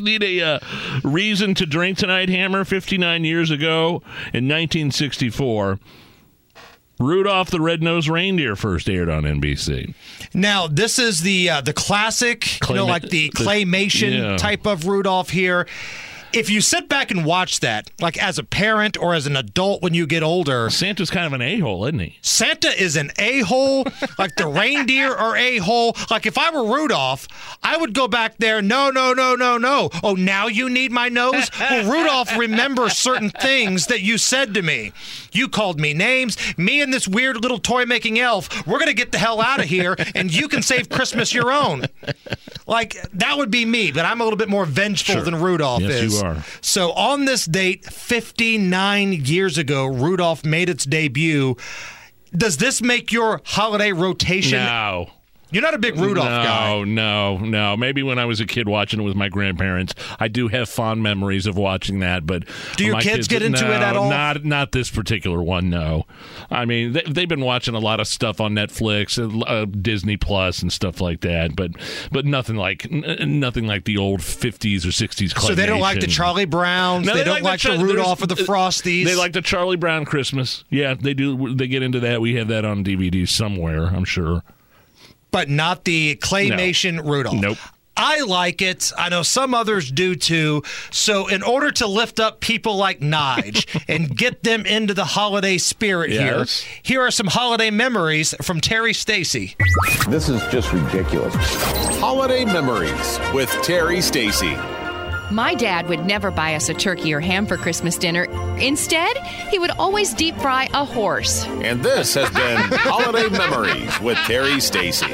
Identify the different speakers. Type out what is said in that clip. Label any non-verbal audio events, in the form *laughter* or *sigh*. Speaker 1: Need a uh, reason to drink tonight, Hammer? 59 years ago in 1964, Rudolph the Red-Nosed Reindeer first aired on NBC.
Speaker 2: Now this is the uh, the classic, you know,
Speaker 1: Clayma-
Speaker 2: like the
Speaker 1: the-
Speaker 2: claymation
Speaker 1: yeah.
Speaker 2: type of Rudolph here. If you sit back and watch that, like as a parent or as an adult when you get older,
Speaker 1: Santa's kind of an a-hole, isn't he?
Speaker 2: Santa is an a hole. Like the reindeer are a hole. Like if I were Rudolph, I would go back there. No, no, no, no, no. Oh, now you need my nose? Well, Rudolph remembers certain things that you said to me. You called me names. Me and this weird little toy making elf, we're going to get the hell out of here and you can save Christmas your own. Like that would be me, but I'm a little bit more vengeful
Speaker 1: Sure.
Speaker 2: than Rudolph
Speaker 1: Yes, you
Speaker 2: is.
Speaker 1: are.
Speaker 2: So on this date, 59 years ago, Rudolph made its debut. Does this make your holiday rotation?
Speaker 1: No.
Speaker 2: You're not a big Rudolph
Speaker 1: no,
Speaker 2: guy.
Speaker 1: no, no. Maybe when I was a kid watching it with my grandparents, I do have fond memories of watching that. But
Speaker 2: Do your
Speaker 1: my
Speaker 2: kids get into it at
Speaker 1: no,
Speaker 2: all?
Speaker 1: Not, not this particular one. No, I mean they, they've been watching a lot of stuff on Netflix, and, uh, Disney Plus, and stuff like that. But but nothing like n- nothing like the old fifties or sixties.
Speaker 2: So they don't like the Charlie Browns.
Speaker 1: No,
Speaker 2: they, don't like, the,
Speaker 1: Char-
Speaker 2: Rudolph or the
Speaker 1: there's- uh,
Speaker 2: Frosties.
Speaker 1: They like the Charlie Brown Christmas. Yeah, they do. They get into that. We have that on DVD somewhere, I'm sure.
Speaker 2: but not the claymation Rudolph.
Speaker 1: Nope.
Speaker 2: I like it. I know some others do too. So, in order to lift up people like
Speaker 1: *laughs*
Speaker 2: Nige and get them into the holiday spirit
Speaker 1: Yes.
Speaker 2: here, here are some holiday memories from Terry Stacy.
Speaker 3: This is just ridiculous.
Speaker 4: Holiday memories with Terry Stacy.
Speaker 5: My dad would never buy us a turkey or ham for Christmas dinner. Instead, he would always deep fry a horse.
Speaker 4: And this has been Holiday Memories with Terry Stacy.